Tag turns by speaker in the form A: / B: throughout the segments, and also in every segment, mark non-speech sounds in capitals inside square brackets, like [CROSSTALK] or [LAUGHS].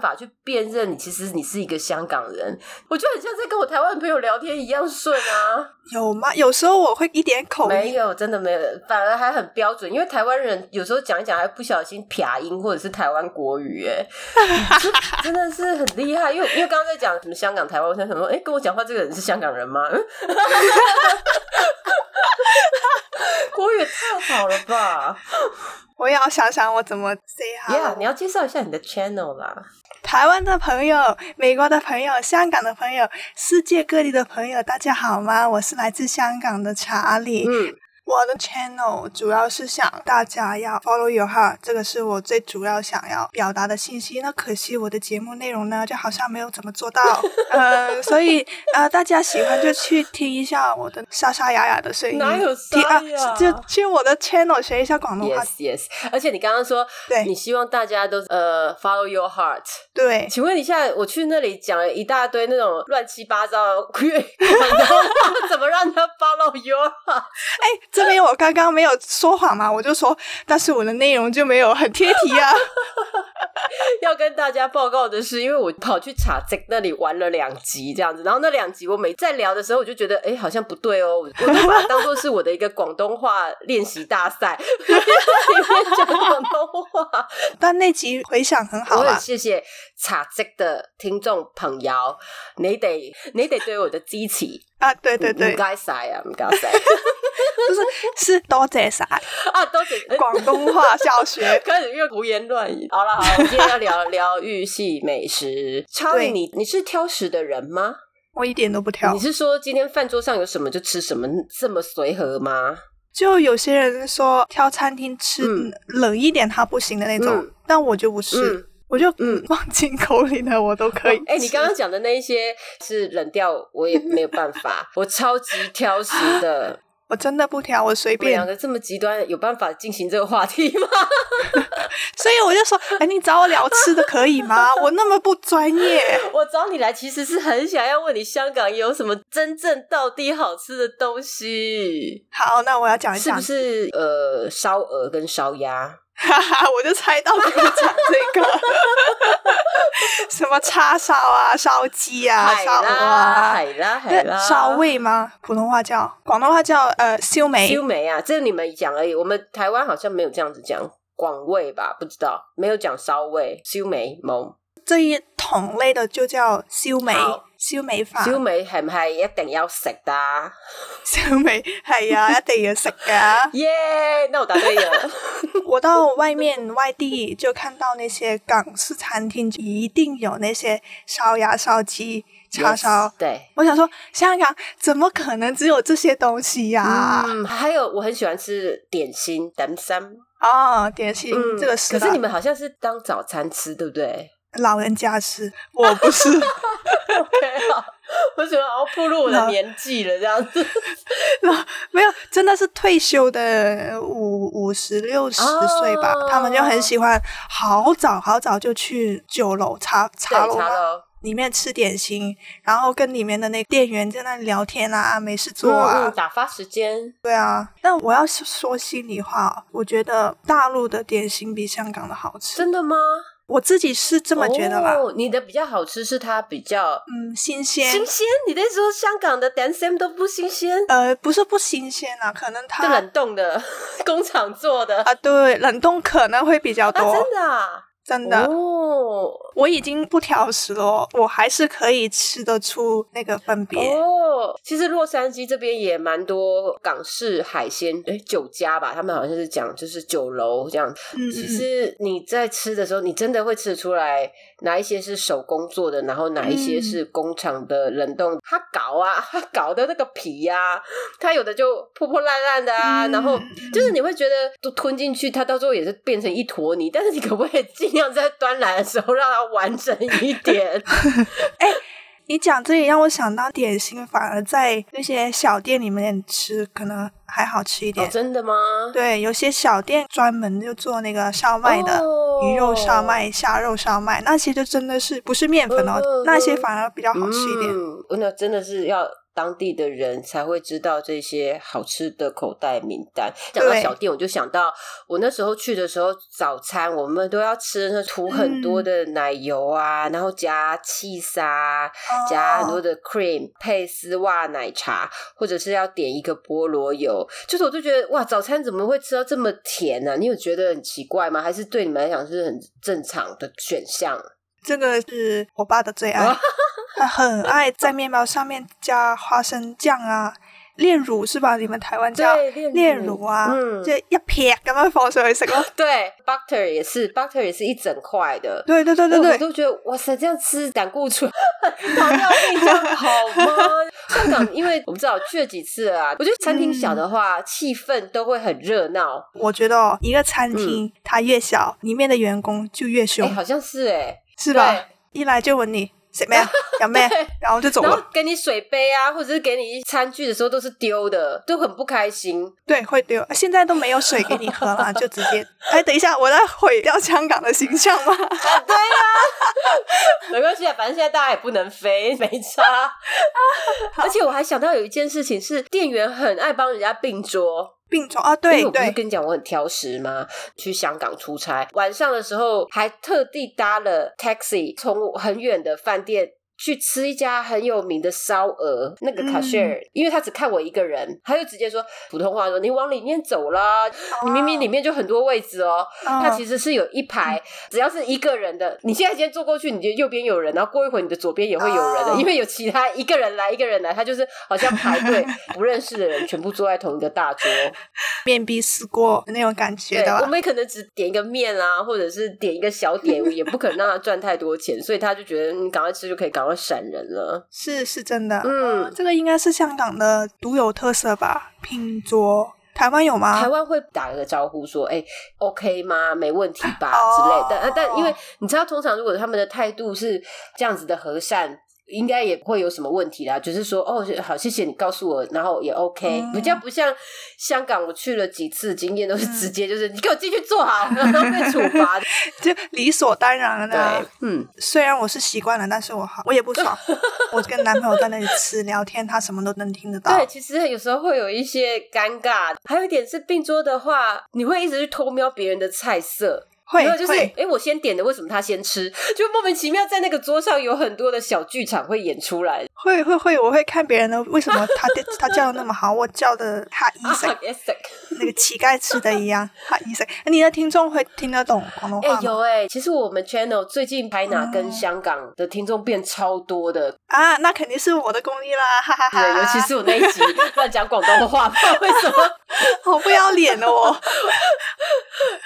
A: 法去辨认你其实你是一个香港人。我觉得很像在跟我台湾朋友聊天一样顺啊，
B: 有吗？有时候我会一点口
A: 没
B: 音，
A: 有，真的没有，反而还很标准。因为台湾人有时候讲一讲还不小心撇音或者是台湾国语，哎，真的是很厉害。因为因为刚刚在讲什么香港、台湾，我在想说，哎、跟我讲话这个人是香港人吗？嗯 [LAUGHS] 国语也太好了吧！
B: 我也要想想我怎么 say
A: Yeah，
B: hello。
A: 你要介绍一下你的 channel 啦。
B: 台湾的朋友、美国的朋友、香港的朋友、世界各地的朋友，大家好吗？我是来自香港的查理。
A: 嗯，
B: 我的 channel 主要是想大家要 follow your heart，这个是我最主要想要表达的信息。那可惜我的节目内容呢，就好像没有怎么
A: [LAUGHS]
B: 做到，呃，所以呃，大家喜欢就去听一下我的沙沙哑哑的声
A: [LAUGHS]
B: 音，
A: 哪有
B: 听啊
A: 沙哑，
B: 就去我的 channel 学一下广东话。
A: Yes, yes。而且你刚刚说，
B: 对
A: 你希望大家都呃 follow your heart。 [LAUGHS]
B: 对，
A: 请问一下，我去那里讲了一大堆那种乱七八糟的 [LAUGHS] 粤语广东话，怎么让他 follow your heart？ [LAUGHS]
B: 哎，这边我刚刚没有说谎嘛，我就说，但是我的内容就没有很贴
A: [LAUGHS]
B: 题啊。
A: 要跟大家报告的是，因为我跑去查 z 那里玩了两集这样子，然后那两集我每在聊的时候，我就觉得哎、诶好像不对哦，我我都把它当做是我的一个广东话练习大赛， [LAUGHS] 里面讲广东话。
B: 但那集回响很好
A: 我
B: 啊
A: 很，谢谢茶职的听众朋友，你哋你哋對我的支持，
B: 啊，对 [LAUGHS] 对对
A: 唔，該晒啊，唔該
B: [LAUGHS]
A: 晒
B: 就是是多谢晒
A: 啊，多謝
B: 广东话教学。
A: [LAUGHS] 开始越胡言乱语。好了好了，我们今天要聊聊日系美食。Charlie，
B: 对
A: 你你是挑食的人吗？
B: 我一点都不挑
A: 你。是说今天饭桌上有什么就吃什么，这么随和吗？
B: 就有些人说挑餐厅吃
A: 嗯
B: 冷一点它不行的那种，
A: 嗯
B: 但我就不是，
A: 嗯
B: 我就
A: 嗯
B: 放进口里的我都可以吃。
A: 哎、你刚刚讲的那一些是冷掉，我也没有办法，我超级挑食
B: [LAUGHS]
A: 的。
B: 我真的不挑，我随
A: 我们两
B: 便，
A: 个这么极端，有办法进行这个话题吗？
B: 所以我就说，哎，你找我聊吃的可以吗？我那么不专业，
A: 我找你来其实是很想要问你，香港有什么真正到底好吃的东西？
B: 好，那我要讲一
A: 是
B: 讲，
A: 不是呃烧鹅跟烧鸭？
B: 哈哈， [LAUGHS] 我就猜到你会讲
A: [LAUGHS]
B: 这个，什么叉烧啊、烧鸡啊、
A: 海
B: 烧鹅
A: 啦，
B: 啊，
A: 海啦，海啦，
B: 那烧味吗？普通话叫，广东话叫呃烧梅
A: 修。梅啊，这你们讲而已。我们台湾好像没有这样子讲广味吧？不知道，没有讲烧味、修梅冇。
B: 这一桶类的就叫烧味
A: 好，
B: 烧味饭，
A: 烧味係唔係一定要食啊㗎？。
B: 烧味系啊，一定要食噶
A: 耶、那我答对了。
B: 我到外面外地就看到那些港式餐厅一定有那些烧鸭、烧鸡、叉烧
A: Yes，。对。
B: 我想说，香港怎么可能只有这些东西呀、
A: 嗯，还有我很喜欢吃点心 d 三。
B: 哦，点心、
A: 嗯，
B: 这个是
A: 可
B: 啦，
A: 是你们好像是当早餐吃，对不
B: [LAUGHS]
A: 对
B: 老人家吃，我
A: [LAUGHS]
B: 不是。
A: ？OK 好，我觉得要步入我的
B: 那
A: 年纪了，这样子。
B: 没有，真的是退休的五五十六十岁吧，
A: 哦
B: 他们就很喜欢好早好早就去酒楼茶
A: 对
B: 茶楼
A: 茶
B: 嘛
A: 楼
B: 里面吃点心，然后跟里面的那店员在那里聊天啊，没事做
A: 嗯
B: 啊。
A: 嗯打发时间。
B: 对啊，但我要是说心里话，我觉得大陆的点心比香港的好吃，
A: 真的吗？
B: 我自己是这
A: 我
B: 么觉得啦。
A: 哦、你的比较好吃，是它比较
B: 嗯，新鲜，
A: 新鲜。你在说香港的 Dan Sam 都不新鲜，
B: 呃，不是不新鲜啦，可能它
A: 就冷冻的， [LAUGHS] 工厂做的啊
B: 啊，对，冷冻可能会比较多，
A: 真的啊，
B: 真的
A: 哦
B: 我已经不挑食了哦，我还是可以吃得出那个分别。
A: 哦，其实洛杉矶这边也蛮多港式海鲜，哎，酒家吧，他们好像是讲就是酒楼这样。
B: 嗯
A: 其
B: 嗯嗯，
A: 实你在吃的时候，你真的会吃得出来哪一些是手工做的，然后哪一些是
B: 嗯
A: 工厂的冷冻。它搞啊， [LAUGHS] 它搞的那个皮呀、它有的就破破烂烂的啊，
B: 嗯
A: 然后就是你会觉得都吞进去，它到最后也是变成一坨泥。但是你可不可以尽量在端来的时候让它完整一
B: [LAUGHS]
A: 点？
B: 你讲这也让我想到点心，反而在那些小店里面吃可能还好吃一
A: 哦
B: 点。，
A: 真的吗？
B: 对，有些小店专门就做那个烧麦的。鱼肉烧
A: 哦。
B: 麦、虾肉烧麦那些就真的是不是面粉哦，
A: 嗯嗯嗯
B: 那些反而比较好吃一点。
A: 嗯，那真的是要当地的人才会知道这些好吃的口袋名单。讲到
B: 对
A: 小店，我就想到我那时候去的时候，早餐我们都要吃那涂很
B: 嗯
A: 多的奶油啊，然后加 cheese 啊，加很多
B: 哦
A: 的 cream 配丝袜奶茶，或者是要点一个菠萝油。就是我就觉得哇，早餐怎么会吃到这么甜啊呢、你有觉得很奇怪吗？还是对你们来讲是很正常的选项？
B: 这个是我爸的最
A: 啊
B: 爱，他很爱在面包上面加花生酱啊、炼乳是吧？你们台湾叫
A: 对，炼
B: 炼乳啊，
A: 嗯，
B: 就一撇咁样放上去食咯。
A: [LAUGHS] 对，butter 也是，butter 也是一整块的。
B: 对对对对
A: 我
B: 对，
A: 都觉得哇塞，这样吃胆固醇、糖尿病这样好吗？ [LAUGHS] 香港，因为我不知道去了几次了啊，我觉得餐厅小
B: 嗯
A: 的话，气氛都会很热闹。
B: 我觉得哦，一个餐厅它越小，里面的员工就越
A: 嗯哎、
B: 凶，
A: 好像是哎、
B: 是吧
A: 对？
B: 一来就问你食
A: [LAUGHS]
B: 咩啊有咩，然后就走
A: 然后
B: 了。
A: 给你水杯啊，或者是给你餐具的时候都是丢的，都很不开心。
B: 对，会丢。现在都没有水给你喝了，就直接。哎，等一下，我在毁掉香港的形象吗？
A: [LAUGHS] 啊，对啊，没关系啊，反正现在大家也不能飞，没
B: [LAUGHS]
A: 差。而且我还想到有一件事情是，店员很爱帮人家并桌。
B: 病虫啊，
A: 因为
B: 对
A: 我不是
B: 对，
A: 跟你讲我很挑食吗？去香港出差，晚上的时候还特地搭了 taxi，从很远的饭店。去吃一家很有名的烧鹅，那个
B: 嗯
A: cashier，、因为他只看我一个人，他就直接说普通话说：“你往里面走啦，你明
B: 哦
A: 明里面就很多位置哦。”它其
B: 实
A: 实是有一排，
B: 嗯
A: 只要是一个人的，你现在先坐过去，你就右边有人，然后过一会儿你的左边也会有人的，
B: 哦
A: 因为有其他一个人来一个人来，他就是好像排
B: [LAUGHS]
A: 队，不认识的人全部坐在同一个大桌。
B: 面壁思过的那种感觉
A: 对
B: 的，
A: 我
B: 啦。
A: 们可能只点一个面啊，或者是点一个小点，也不可能让他赚太多钱，所以他就觉得嗯你赶快吃就可以赶快闪人了。
B: 是是真的。
A: 嗯，
B: 这个应该是香港的独有特色吧？拼桌，台湾有吗？
A: 台湾会打个招呼说：“哎、o k 吗？没问题吧？”
B: 哦
A: 之类的。但但因为你知道，通常如果他们的态度是这样子的和善，应该也不会有什么问题啦。只、是说：“哦，好，谢谢你告诉我，然后也 OK。
B: 嗯
A: 比较不像香港，我去了几次，经验都是直接就是、你给我进去坐好，然后被处
B: [LAUGHS]
A: 罚。
B: 就理所当然的啊
A: 对。，嗯，
B: [LAUGHS] 虽然我是习惯了，但是我好，我也
A: [LAUGHS]
B: 不爽。我跟男朋友在那里吃聊天，他什么都能听得到。
A: 对，其实有时候会有一些尴尬，还有一点是并桌的话，你会一直去偷瞄别人的菜色，
B: 会
A: 没有就是哎
B: 会，
A: 诶我先点的，为什么他先吃？就莫名其妙在那个桌上有很多的小剧场会演出来。
B: 会会会，我会看别人的为什么他他叫的那么好，我叫的
A: [LAUGHS]
B: 哈医
A: 啊
B: 生
A: yes，
B: 那个乞丐吃的一样哈医生。你的听众会听得懂广东
A: 哎、
B: 话吗？
A: 有哎、其实我们 channel 最近拍拿跟
B: 啊嗯
A: 香港的听众变超多的，
B: 啊，那肯定是我的功力啦，哈哈哈！
A: 对，尤其是我那
B: [LAUGHS]
A: 一集乱讲广东话，不知道为什么
B: 好不要脸哦，我。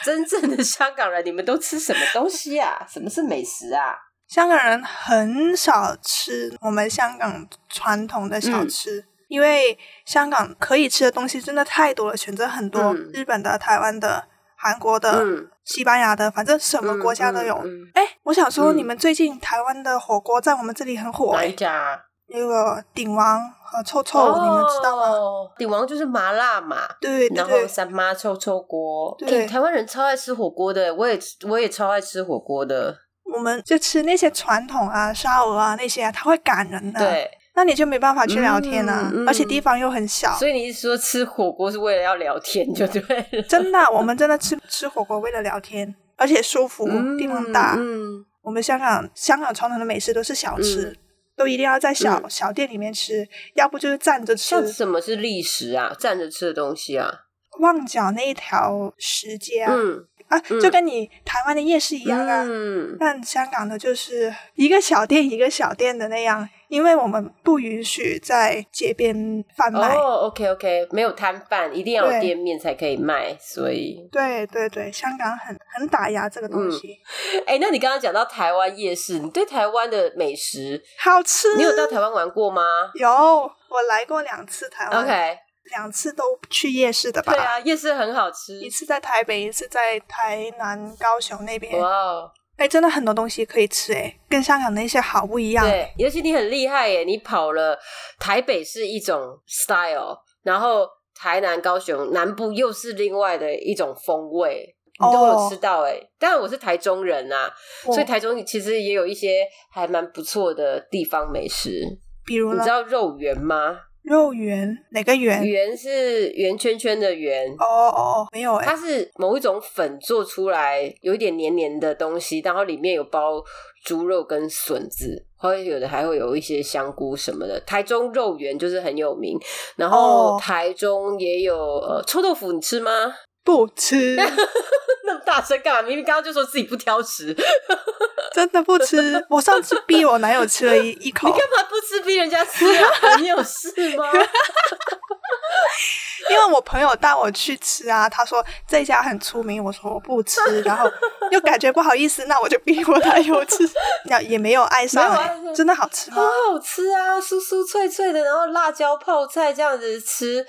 A: 真正的香港人，你们都吃什么东西啊？什么是美食啊？
B: 香港人很少吃我们香港传统的小吃，
A: 嗯
B: 因为香港可以吃的东西真的太多了，选择很多，
A: 嗯
B: 日本的、台湾的、韩国的、
A: 嗯，
B: 西班牙的，反正呃什
A: 什
B: 么国家都有。
A: 嗯
B: 哎、我想说，
A: 嗯
B: 你们最近台湾的火锅在我们这里很火、
A: 哪一
B: 哎，
A: 家啊？
B: 那个鼎王和臭臭，
A: 哦，
B: 你们知道吗？
A: 鼎王就是麻辣嘛，
B: 哦对对
A: 然后
B: 对，
A: 三妈臭臭锅。
B: 对
A: 诶台湾人超爱吃火锅的，我也我也超爱吃火锅的。
B: 我们就吃那些传统啊、烧鹅啊那些、啊，它会赶人的、，
A: 对，
B: 那你就没办法去聊天啊，
A: 嗯嗯
B: 而且地方又很小。
A: 所以你是说吃火锅是为了要聊天就对
B: [LAUGHS]
A: 了。
B: 真的，我们真的吃吃火锅为了聊天，而且舒服，
A: 嗯
B: 哦地方大。
A: 嗯，
B: 我们香港香港传统的美食都是小吃，
A: 嗯
B: 都一定要在小、
A: 嗯
B: 小店里面吃，要不就是站着吃
A: 像。什么是立食啊？站着吃的东西啊？
B: 旺角那一条石街啊，
A: 嗯
B: 啊，
A: 嗯
B: 就跟你台湾的夜市一样啊。
A: 嗯，
B: 但香港的就是一个小店一个小店的那样，因为我们不允许在街边贩卖。
A: 哦，OK OK，没有摊贩，一定要有
B: 对
A: 店面才可以卖，所以
B: 对对对，香港很很打压这个东
A: 嗯
B: 西，
A: 哎、那你刚刚讲到台湾夜市，你对台湾的美食，
B: 好吃。
A: 你有到台湾玩过吗
B: 有，我来过两次台湾。
A: ？OK，
B: 两次都去夜市的吧？
A: 对，啊，夜市很好吃。
B: 一次在台北，一次在台南、高雄那边。
A: 哇哦，
B: 哎，真的很多东西可以吃，哎，跟香港那些好不一样。
A: 对，尤其你很厉害耶！你跑了台北是一种 style，然后台南、高雄南部又是另外的一种风味，你都有
B: 哦
A: 吃到哎。当然我是台中人啊，
B: 我
A: 所以台中其实也有一些还蛮不错的地方美食。
B: 比如
A: 你
B: 呢
A: 知，道肉圆吗？
B: 肉圆哪个圆？
A: 圆是圆圈圈的圆。
B: 哦哦，哦，没有哎、
A: 它是某一种粉做出来，有一点黏黏的东西，然后里面有包猪肉跟笋子，或者有的还会有一些香菇什么的。台中肉圆就是很有名，然后
B: 哦
A: 台中也有呃臭豆腐，你吃吗？ [LAUGHS]
B: 不吃，
A: 那么大声干嘛？明明刚刚就说自己不挑食，你
B: 真的不吃。我上次逼我男友吃
A: [LAUGHS]
B: 了一一口，
A: 干嘛不吃逼人家吃啊？ [LAUGHS] 你有事吗？
B: 因为我朋友带我去吃啊，他说这家很出名，我说我
A: [LAUGHS]
B: 不吃，然后又感觉不好意思，那我就逼我男
A: [LAUGHS]
B: 友吃，那也没有爱上、
A: 没有啊
B: 哎
A: 爱上
B: 真的好
A: [LAUGHS]
B: 吃吗
A: 很？好吃啊，酥酥脆脆的，然后辣椒泡菜这样子吃，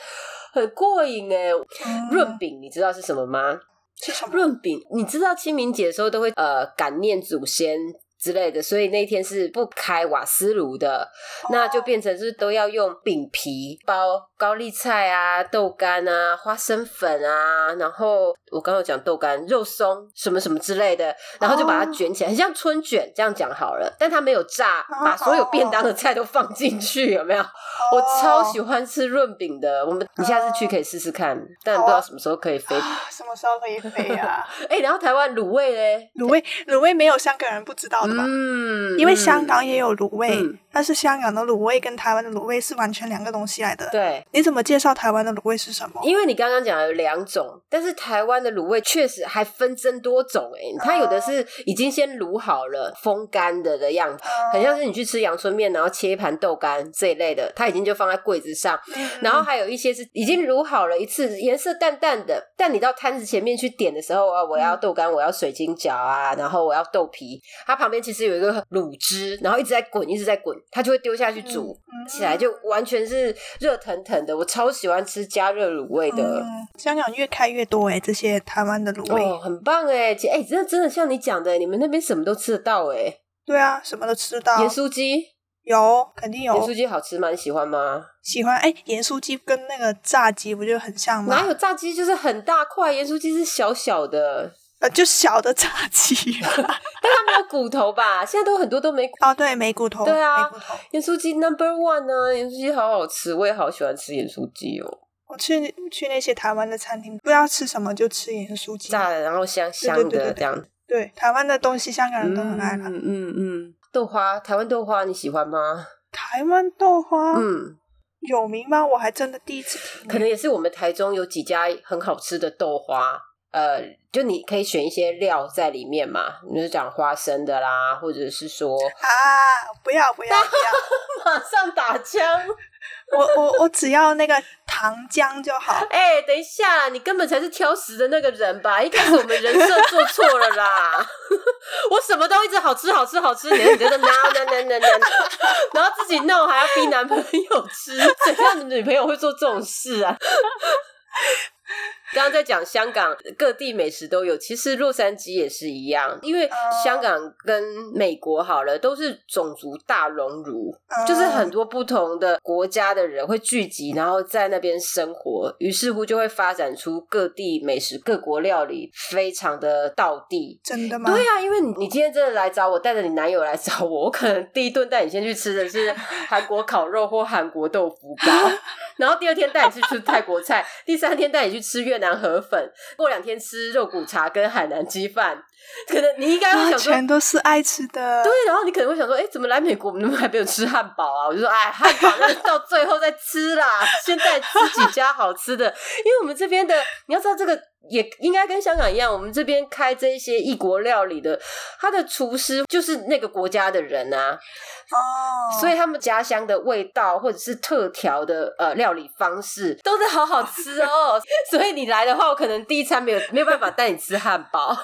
A: 很过瘾哎、
B: 嗯
A: 润饼你知道是什么吗？
B: 是什么？
A: 润饼，你知道清明节的时候都会呃感念祖先之类的，所以那天是不开瓦斯炉的，那
B: 哦
A: 就变成是都要用饼皮包高丽菜啊、豆干啊、花生粉啊，然后我刚刚有讲豆干、肉松什么什么之类的，然后就把它卷起来，很像春卷，这样讲好了，但它没有炸，
B: 哦哦
A: 把所有便当的菜都放进去，有没有？我超喜欢吃润饼的，我们你下次去可以试试看，但不知道什么时候可以飞
B: 哦啊，什么时候可以飞啊？
A: 哎、然后台湾卤味嘞，
B: 卤味，卤味没有香港人不知道的吧？
A: 嗯
B: 因为香港也有卤味，
A: 嗯
B: 但是香港的卤味跟台湾的卤味是完全两个东西来的。
A: 对，
B: 你怎么介绍台湾的卤味是什么？
A: 因为你刚刚讲有两种，但是台湾的卤味确实还分真多种哎、它
B: 啊
A: 有的是已经先卤好了风干的的样子，很像是你去吃阳春面，然后切一盘豆干这一类的，它已经就放在柜子上，
B: 嗯
A: 然后还有一些是已经卤好了一次，颜色淡淡的，但你到摊子前面去点的时候啊，我
B: 嗯
A: 要豆干，我要水晶饺啊，然后我要豆皮，它旁边其实有一个卤汁，然后一直在滚，一直在滚，它就会丢下去煮，
B: 嗯
A: 起来就完全是热腾腾的。我超喜欢吃加热卤味的，
B: 嗯，香港越开越多哎、这些台湾的卤味。
A: 哦，很棒哎，姐哎，真的真的像你讲的，你们那边什么都吃得到哎，
B: 对啊，什么都吃到。
A: 盐酥鸡，
B: 有，肯定
A: 盐
B: 有
A: 酥。鸡好吃吗？你喜欢吗？
B: 喜欢哎，盐酥鸡跟那个炸鸡不就很像
A: 哪
B: 吗？
A: 有炸鸡就是很大块，盐酥鸡是小小的，
B: 呃，就小的炸鸡。 [LAUGHS]
A: 但它没有骨头吧？现在都很多都没骨。
B: 哦，对，没骨头。
A: 对啊
B: 没骨头。
A: 盐酥鸡 number one 呢、啊，盐酥鸡好好吃，我也好喜欢吃盐酥鸡哦，
B: 我去去那些台湾的餐厅，不知道吃什么就吃盐酥鸡。
A: 炸的然后香香
B: 对对
A: 的
B: 对
A: 这样，
B: 对，台湾的东西香港人
A: 嗯
B: 都很爱啦。
A: 嗯嗯，豆花，台湾豆花你喜欢吗？
B: 台湾豆花、
A: 嗯，
B: 有名吗？我还真的第一次听。
A: 可能也是我们台中有几家很好吃的豆花，呃，就你可以选一些料在里面嘛，你就讲花生的啦，或者是说
B: 啊，不要不要不要，
A: 马上打
B: 啊
A: 枪，
B: 我我我只要那个糖浆就好。
A: 哎、等一下啦，你根本才是挑食的那个人吧？一开始我们人设做错了啦， [LAUGHS] 我什么都一直好吃好吃好吃，你你 [LAUGHS] 在那拿拿拿拿拿，然后自己弄还要逼男朋友吃， [LAUGHS] 怎样的女朋友会做这种事啊？ [LAUGHS] 刚刚在讲香港各地美食都有，其实洛杉矶也是一样，因为香港跟美国好了都是种族大熔炉，
B: 嗯
A: 就是很多不同的国家的人会聚集，然后在那边生活，于是乎就会发展出各地美食、各国料理，非常的道地。
B: 真的吗？
A: 对啊，因为你你今天真的来找我，带着你男友来找我，我可能第一顿带你先去吃的是韩国烤肉或韩国豆腐
B: [LAUGHS]
A: 包，然后第二天带你去吃泰国菜，第三天带你去吃越南河粉，过两天吃肉骨茶跟海南鸡饭。可能你应该会
B: 啊，
A: 想说，
B: 全都是爱吃的。
A: 对，然后你可能会想说，哎，怎么来美国我们还没有吃汉堡啊？我就说，哎，汉堡那到最后再吃啦，现在吃几家好吃的，因为我们这边的，你要知道这个也应该跟香港一样，我们这边开这些异国料理的，他的厨师就是那个国家的人啊，
B: 哦，
A: 所以他们家乡的味道或者是特调的呃料理方式都是好好吃哦。所以你来的话，我可能第一餐没有没有办法带你吃汉堡。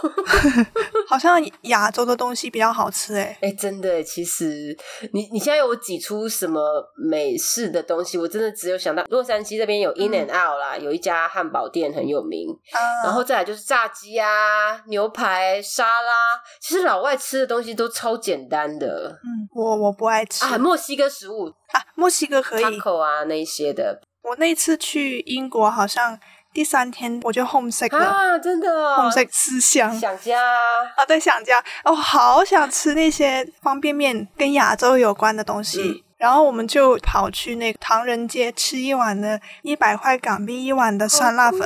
B: 好像亚洲的东西比较好吃哎、
A: 哎、真的耶，其实你你现在有我挤出什么美式的东西，我真的只有想到洛杉矶这边有
B: 嗯
A: In and Out 啦，有一家汉堡店很有名，
B: 啊，
A: 然后再来就是炸鸡啊、牛排、沙拉，其实老外吃的东西都超简单的
B: 嗯，我我不爱吃
A: 啊，
B: 啊
A: 墨西哥食物
B: 墨西哥可以。
A: taco 啊那一些的
B: 我那次去英国，好像第三天我就 homesick 了、
A: 啊，真的、
B: h o m
A: 哦
B: e，s i c k 思乡
A: 想家啊、
B: 啊，对，想家，我、好想吃那些方便面跟亚洲有关的东西。
A: 嗯
B: 然后我们就跑去那个唐人街吃一碗的一百块港币一碗的酸辣粉，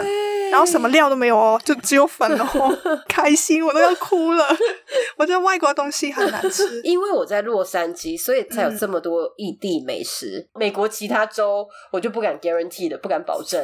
B: 然后什么料都没有哦，就只有粉哦，
A: [LAUGHS]
B: 开心我都要哭了。 [LAUGHS] 我觉得外国东西很难吃，
A: 因为我在洛杉矶，所以才有
B: 嗯
A: 这么多异地美食。美国其他州我就不敢 guarantee 的，不敢保
B: [LAUGHS]
A: 证。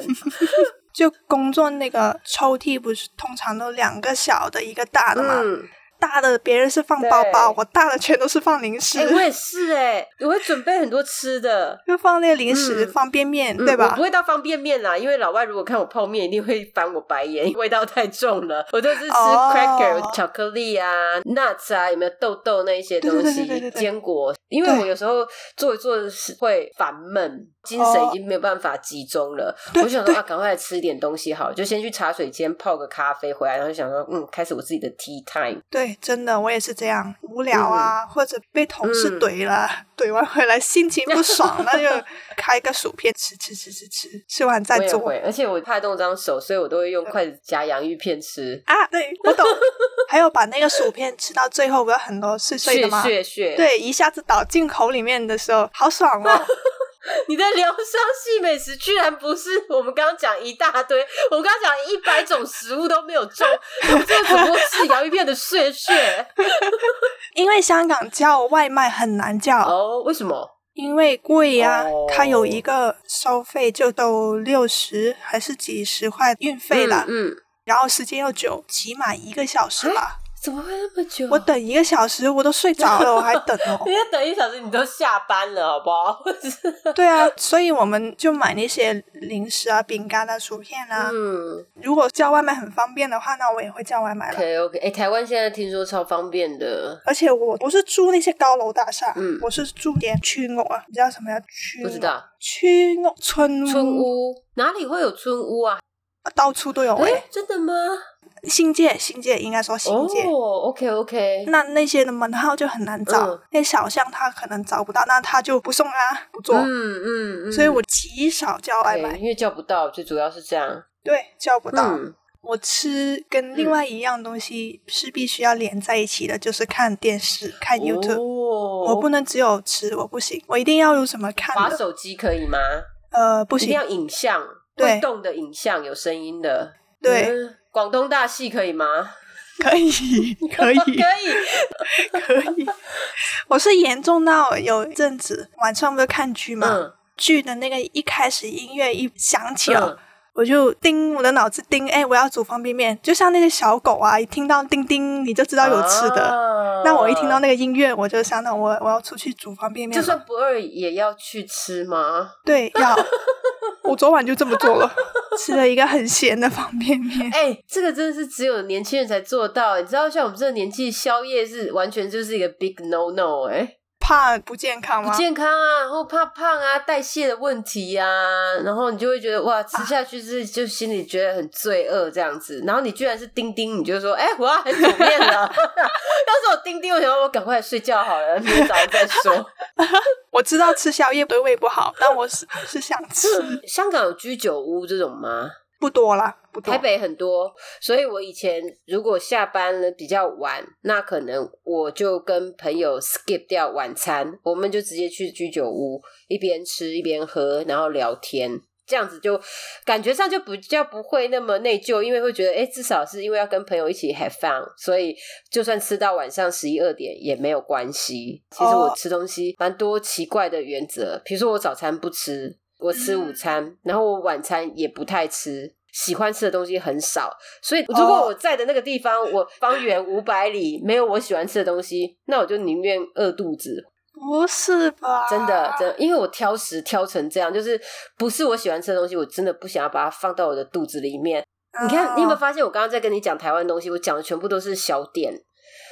B: 就工作那个抽屉不是通常都两个小的一个大的嘛。
A: 嗯，
B: 大的别人是放包包
A: 对，
B: 我大的全都是放零食，
A: 哎、我也是哎、我会准备很多吃的，
B: 就放那个零食、
A: 嗯
B: 放便面，
A: 嗯
B: 对
A: 我
B: 吧
A: 不？会到方便面啦，因为老外如果看我泡面，一定会翻我白眼， [LAUGHS] 味道太重了。我都是吃
B: 哦
A: cracker、巧克力啊、nuts 啊，有没有豆豆那一些东
B: 对对
A: 西、
B: 对对对对
A: 坚果？因为
B: 对
A: 我有时候做一做是会烦闷，精神已经没有办法集中了。
B: 哦对
A: 我就想说
B: 对
A: 啊，赶快来吃一点东西好了，就先去茶水间泡个咖啡回来，然后就想说嗯，开始我自己的 tea time。
B: 对，真的我也是这样，无聊啊，或者被同事
A: 嗯
B: 怼了，怼完回来心情不爽，那
A: [LAUGHS]
B: 就开个薯片吃吃吃吃吃，吃完再
A: 我也
B: 做
A: 会，而且我怕动脏手，所以我都会用筷子夹洋芋片吃。
B: 啊。对，我
A: [LAUGHS]
B: 懂。还有把那个薯片吃到最后，不是很多碎碎
A: 血
B: 的吗？
A: 血血！
B: 对，一下子倒进口里面的时候，好爽
A: [LAUGHS]
B: 哦！
A: 你的疗伤系美食居然不是我们刚刚讲一大堆，我们刚刚讲一百种食物都没有中，我们这个只不过是洋芋片的屑屑。
B: 因为香港叫外卖很难叫，
A: 哦，为什么？
B: 因为贵呀、
A: 哦
B: 它有一个收费就都六十还是几十块运费了，
A: 嗯，嗯
B: 然后时间又久，起码一个小时吧。
A: 怎么会那么久？
B: 我等一个小时我都睡着了，我还等
A: 你 [LAUGHS]
B: 哦。
A: 要等一小时，你都下班了，好不好？ [LAUGHS]
B: 对啊，所以我们就买那些零食啊、饼干啊、薯片啊。
A: 嗯
B: 如果叫外卖很方便的话，那我也会叫外卖了。
A: ，OK OK，哎、台湾现在听说超方便的，
B: 而且我不是住那些高楼大厦，
A: 嗯
B: 我是住点区屋啊，你知道什么叫区屋？
A: 不知道
B: 区屋村屋，
A: 村屋哪里会有村屋啊？
B: 到处都有
A: 哎、
B: 哎、
A: 真的吗？
B: 新界，新界应该说新嗯
A: 哦
B: 界。
A: ，OK OK，
B: 那那些的门号就很难找，
A: 嗯
B: 那小巷他可能找不到，那他就不送啊，不做。
A: 嗯嗯嗯，
B: 所以我极少叫外卖，
A: 对因为叫不到，最主要是这样。
B: 对，叫不到。
A: 嗯，
B: 我吃跟另外一样东西是必须要连在一起的，就是看电视、看 YouTube。
A: 哦
B: 我不能只有吃，我不行，我一定要有什么
A: 滑
B: 看的。
A: 手机可以吗？
B: 呃，不
A: 一定
B: 行，
A: 要影像，
B: 对
A: 会动的影像，有声音的。
B: 对，
A: 嗯，广东大戏可以吗？
B: [LAUGHS]
A: [LAUGHS]
B: 可以，可
A: 可
B: 以，
A: 以。
B: 可以。我是严重到有一阵子晚上不是看剧 [LAUGHS] 嘛，
A: 嗯
B: 剧的那个一开始音乐一响起了，
A: 嗯，
B: 我就叮我的脑子叮，哎，我要煮方便面，就像那些小狗啊，一听到叮叮，你就知道有吃的。
A: 啊
B: 那我一听到那个音乐，我就想到我我要出去煮方便面
A: 就
B: 了。
A: 算不饿也要去吃
B: [LAUGHS]
A: 吗？
B: 对，要我昨晚就这么做了，吃了一个很咸的方便面。
A: 哎、这个真的是只有年轻人才做到、你知道，像我们这个年纪，宵夜是完全就是一个 big no no 哎、
B: 怕不健康
A: 不
B: 吗？
A: 健康啊，然后怕胖啊，代谢的问题啊，然后你就会觉得哇，吃下去是就心里觉得很罪恶这样子。然后你居然是丁丁，你就说哎、我要很煮面了。要是我丁丁，我想说我赶快睡觉好了，明天早上再说。
B: 我知道吃宵夜对胃不好，但我是是想吃，
A: 香港有居酒屋这种吗？
B: 不多啦，不多
A: 台。北很多，所以我以前如果下班了比较晚，那可能我就跟朋友 skip 掉晚餐，我们就直接去居酒屋，一边吃一边喝，然后聊天。这样子就感觉上就比较不会那么内疚，因为会觉得，哎、至少是因为要跟朋友一起 have fun，所以就算吃到晚上十一二点也没有关系。其实我
B: 哦
A: 吃东西蛮多奇怪的原则，比如说我早餐不吃，我吃午餐，然后我晚餐也不太吃，喜欢吃的东西很少。所以如果我在的那个地方，我方圆五百里没有我喜欢吃的东西，那我就宁愿饿肚子。
B: 不是吧？
A: 真的，真的，因为我挑食挑成这样，就是不是我喜欢吃的东西，我真的不想要把它放到我的肚子里面。你看，
B: 哦
A: 你有没有发现我刚刚在跟你讲台湾东西，我讲的全部都是小点，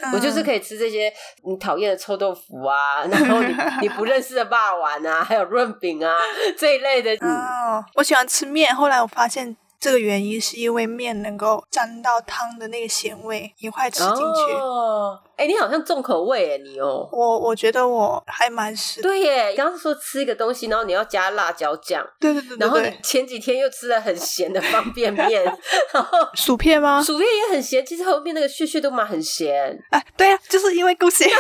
B: 嗯
A: 我就是可以吃这些你讨厌的臭豆腐啊，然后你你不认识的霸丸啊，还有润饼啊这一类的。嗯，
B: 哦，我喜欢吃面，后来我发现这个原因是因为面能够沾到汤的那个咸味，一块吃进去。
A: 哦，哎、你好像重口味哎，你哦。
B: 我我觉得我还蛮是，
A: 对耶，刚刚是说吃一个东西，然后你要加辣椒酱，
B: 对对对对
A: 然后你
B: 对，
A: 前几天又吃了很咸的方便
B: [LAUGHS]
A: 面，然后
B: 薯片吗？
A: 薯片也很咸，其实后面那个屑屑都蛮很咸。
B: 啊 [LAUGHS] 哎，对呀、就是因为够咸，就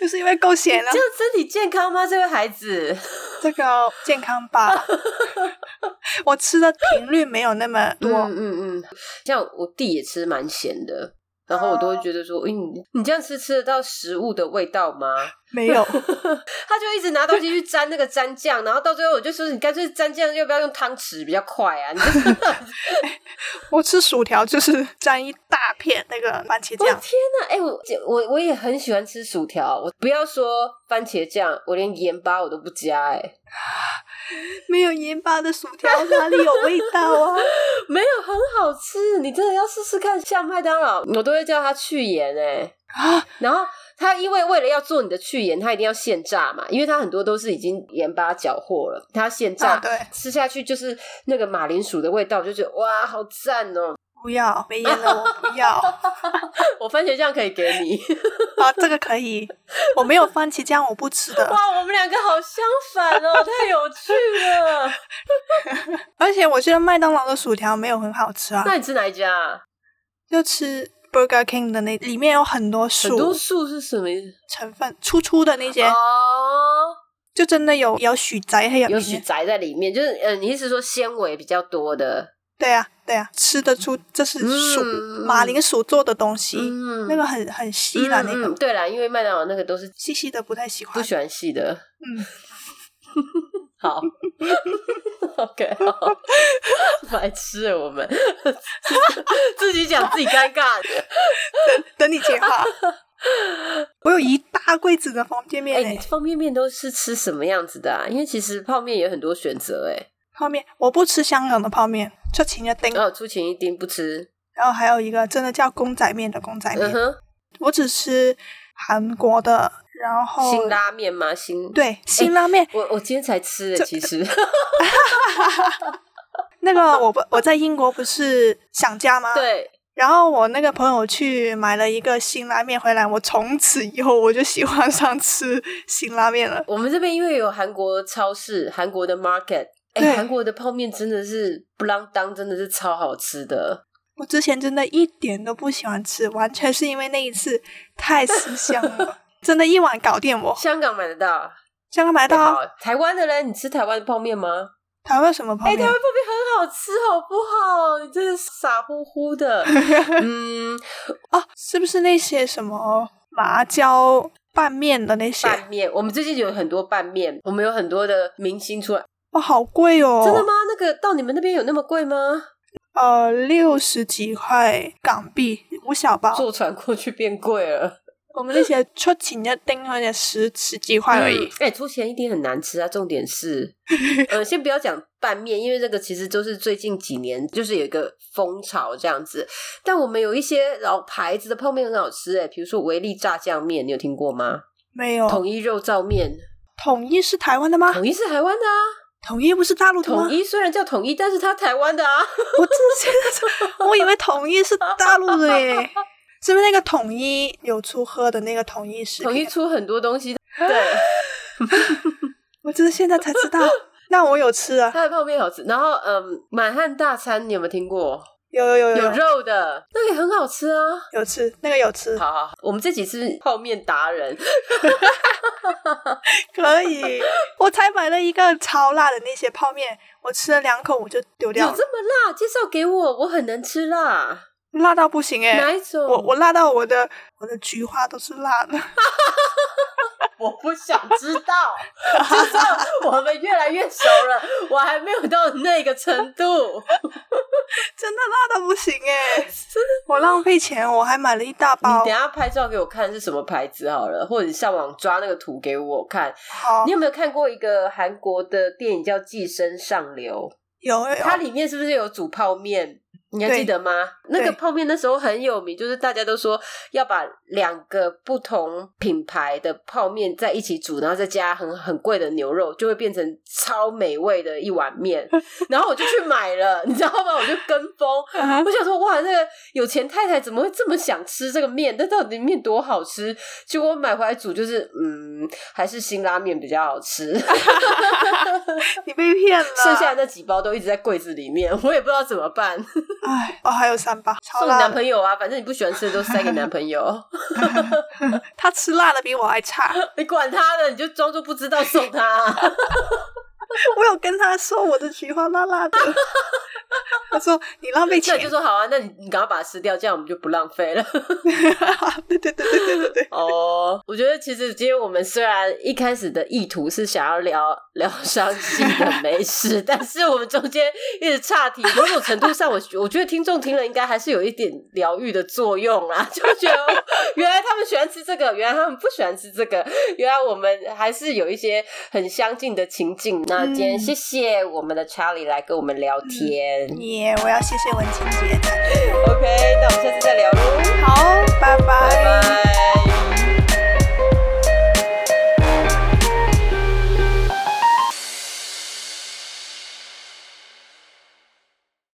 B: 就是因为够咸了
A: 这。样身体健康吗？这位孩子，
B: 这个健康吧， [LAUGHS] 我吃的频率没有那么多。
A: 嗯嗯嗯，像我弟也吃蛮咸的，然后我
B: 哦
A: 都会觉得说，哎、你你这样吃吃得到食物的味道吗？
B: 没 [LAUGHS] 有，
A: 他就一直拿东西去沾那个蘸酱，然后到最后我就说，你干脆蘸酱要不要用汤匙比较快啊？你就是
B: 我吃薯条就是沾一大片那个番茄
A: 我的
B: 酱，
A: 天哪！哎、我我我也很喜欢吃薯条，我不要说番茄酱，我连盐巴我都不加、哎，
B: 没有盐巴的薯条哪里有味道啊？
A: 没有很好吃，你真的要试试看。像麦当劳，我都会叫他去盐、哎。
B: 啊，
A: 然后他因为为了要做你的去盐，他一定要现炸嘛，因为他很多都是已经盐巴搅和了，他现炸、
B: 啊对
A: 吃下去就是那个马铃薯的味道，就觉得哇，好赞哦！
B: [LAUGHS]
A: [LAUGHS]
B: 不要没盐的我不要
A: 我番茄酱可以给你，
B: 啊，这个可以，我没有番茄酱我不吃 [LAUGHS] 的，
A: [LAUGHS] 哇，我们两个好相反哦，太有趣了。
B: 而且我觉得麦当劳的薯条没有很好吃啊，
A: [LAUGHS] 那你吃哪一家、啊？
B: 就吃 Burger King 的那里面有很多
A: 很多
B: 薯
A: 素是什么意思？
B: 成分，粗粗的那些，
A: 哦，
B: 就真的有有许宅还有
A: 有
B: 皮
A: 许宅在里面，就是呃，你意思说纤维比较多的，
B: 对啊，对啊，吃得出这是薯、
A: 嗯
B: 马铃薯做的东西，
A: 嗯
B: 那个很很稀啦，
A: 嗯
B: 那个
A: 嗯对啦，因为麦当劳那个都是
B: 细细的不太喜
A: 不
B: 欢。
A: 喜欢细的。
B: 嗯，
A: [LAUGHS] 好 [LAUGHS] ，OK，好， [LAUGHS] 白痴我们 [LAUGHS] 自己讲自己尴
B: [LAUGHS]
A: 尬。
B: 等你接
A: [LAUGHS]
B: 话。我有一大柜子的方便面欸
A: 哎、
B: 呢、
A: 你方便面都是吃什么样子的啊？因为其实泡面也有很多选择、
B: 泡面我不吃香港的泡面，就请了丁
A: 哎，，哦，出勤一定不吃。
B: 然后还有一个真的叫公仔面的公仔
A: 嗯
B: 面，哦
A: 哼，
B: 我只吃韩国的，然后
A: 辛拉面吗？辛，
B: 对辛拉面、
A: 我我今天才吃、欸，其实
B: 那个我不我在英国不是想家吗？
A: 对。
B: 然后我那个朋友去买了一个辛拉面回来，我从此以后我就喜欢上吃辛拉面了。
A: 我们这边因为有韩国超市，韩国的 market，哎、
B: 对
A: 韩国的泡面真的是不啷当，真的是超好吃的。
B: 我之前真的一点都不喜欢吃，完全是因为那一次太思乡了，真的，一碗搞定我。
A: 香港买得到，
B: 香港买到啊
A: 好台湾的嘞，你吃台湾的泡面吗？
B: 台湾什么
A: 哎、
B: 泡
A: 台
B: 面
A: 湾？泡面很好吃，好不好？你真的傻乎乎
B: [LAUGHS]
A: 的。嗯，
B: 哦，是不是那些什么麻椒拌面的那些？
A: 拌面，我们最近有很多拌面，我们有很多的明星出来。
B: 哇、好贵哦！
A: 真的吗？那个到你们那边有那么贵吗？
B: 呃，六十几块港币，五小包。
A: 坐船过去变贵了。
B: 我们那些出勤的丁好像十十几块而已。
A: 嗯。哎、出钱一定很难吃啊！重点是，呃，先不要讲拌面，因为这个其实就是最近几年就是有一个风潮这样子。但我们有一些老牌子的泡面很好吃、哎，比如说维力炸酱面，你有听过吗？
B: 没有，
A: 统一肉燥面，
B: 统一是台湾的吗？
A: 统一是台湾的啊。
B: 统一不是大陆的吗？
A: 统一虽然叫统一，但是它台湾的啊。
B: [LAUGHS] 我之前我以为统一是大陆的
A: [LAUGHS]
B: 耶，是不是那个统一有出喝的那个统一食
A: 统一
B: 品？
A: 出很多东西，对，
B: 我只是现在才知
A: [LAUGHS]
B: 道。那我有吃啊，
A: 它的泡面好吃。然后，嗯，满汉大餐你有没有听过？
B: 有有有
A: 有
B: 有
A: 肉的，那个也很好吃啊。
B: 有吃，那个有吃，
A: 好好，好我们这几次泡面达人，
B: 可以。我才买了一个超辣的那些泡面，我吃了两口我就丢掉
A: 有
B: 了，
A: 这么辣？介绍给我，我很能吃辣。
B: 辣到不行
A: 哪
B: 哎！
A: 一种？
B: 我我辣到我的我的菊花都是辣
A: [LAUGHS]
B: 的，
A: 我不想知 [LAUGHS] 道。就算我们越来越熟了，我还没有到那个程 [LAUGHS] 度。
B: 真的辣到不行
A: [LAUGHS]
B: 哎！我浪费钱，我还买了一大
A: 你
B: 包
A: 等一。下拍照给我看是什么牌子好了，或者你上网抓那个图给我看。
B: 好
A: 你，有没有看过一个韩国的电影叫《寄生上流
B: 有有》？
A: 它里面是不是有煮泡面？你还
B: 哦对
A: 记得吗？那个
B: 对
A: 泡面那时候很有名，就是大家都说要把两个不同品牌的泡面在一起煮，然后再加很很贵的牛肉，就会变成超美味的一碗面。
B: [LAUGHS]
A: 然后我就去买了， [LAUGHS] 你知道吗？我就跟风，
B: 啊
A: 我想说，哇，那个有钱太太怎么会这么想吃这个面？那到底面多好吃？结果我买回来煮，就是嗯，还是辛拉面比较好吃。 [LAUGHS]
B: 你被骗了，
A: 剩下的那几包都一直在柜子里面，我也不知道怎么办。
B: 哎，我还有三把，超
A: 送你
B: 辣
A: 男
B: 的，
A: 朋友啊，反正你不喜欢吃的都塞给男朋友， [LAUGHS]
B: 他吃辣的比我还差。
A: 你管他的，你就装作不知道送他啊、
B: 我有跟他说我的菊花辣辣的， [LAUGHS] 他说你浪费
A: 那
B: 钱
A: 你就。说好啊，那你你赶快把它吃掉，这样我们就不浪费了。
B: [LAUGHS] 对对对对对对对，
A: 哦，我觉得其实今天我们虽然一开始的意图是想要聊聊伤心的美食，但是我们中间一直岔题，某种程度上我 [LAUGHS] 我觉得听众听了应该还是有一点疗愈的作用啦， [LAUGHS] 就觉得哦原来他们喜欢吃这个，原来他们不喜欢吃这个，原来我们还是有一些很相近的情境。那今天
B: 嗯
A: 谢谢我们的 Charlie 来跟我们聊天、
B: 耶、我要谢谢文清姐的。
A: o k 那我们下次再聊喽，
B: 好，拜拜
A: 拜拜。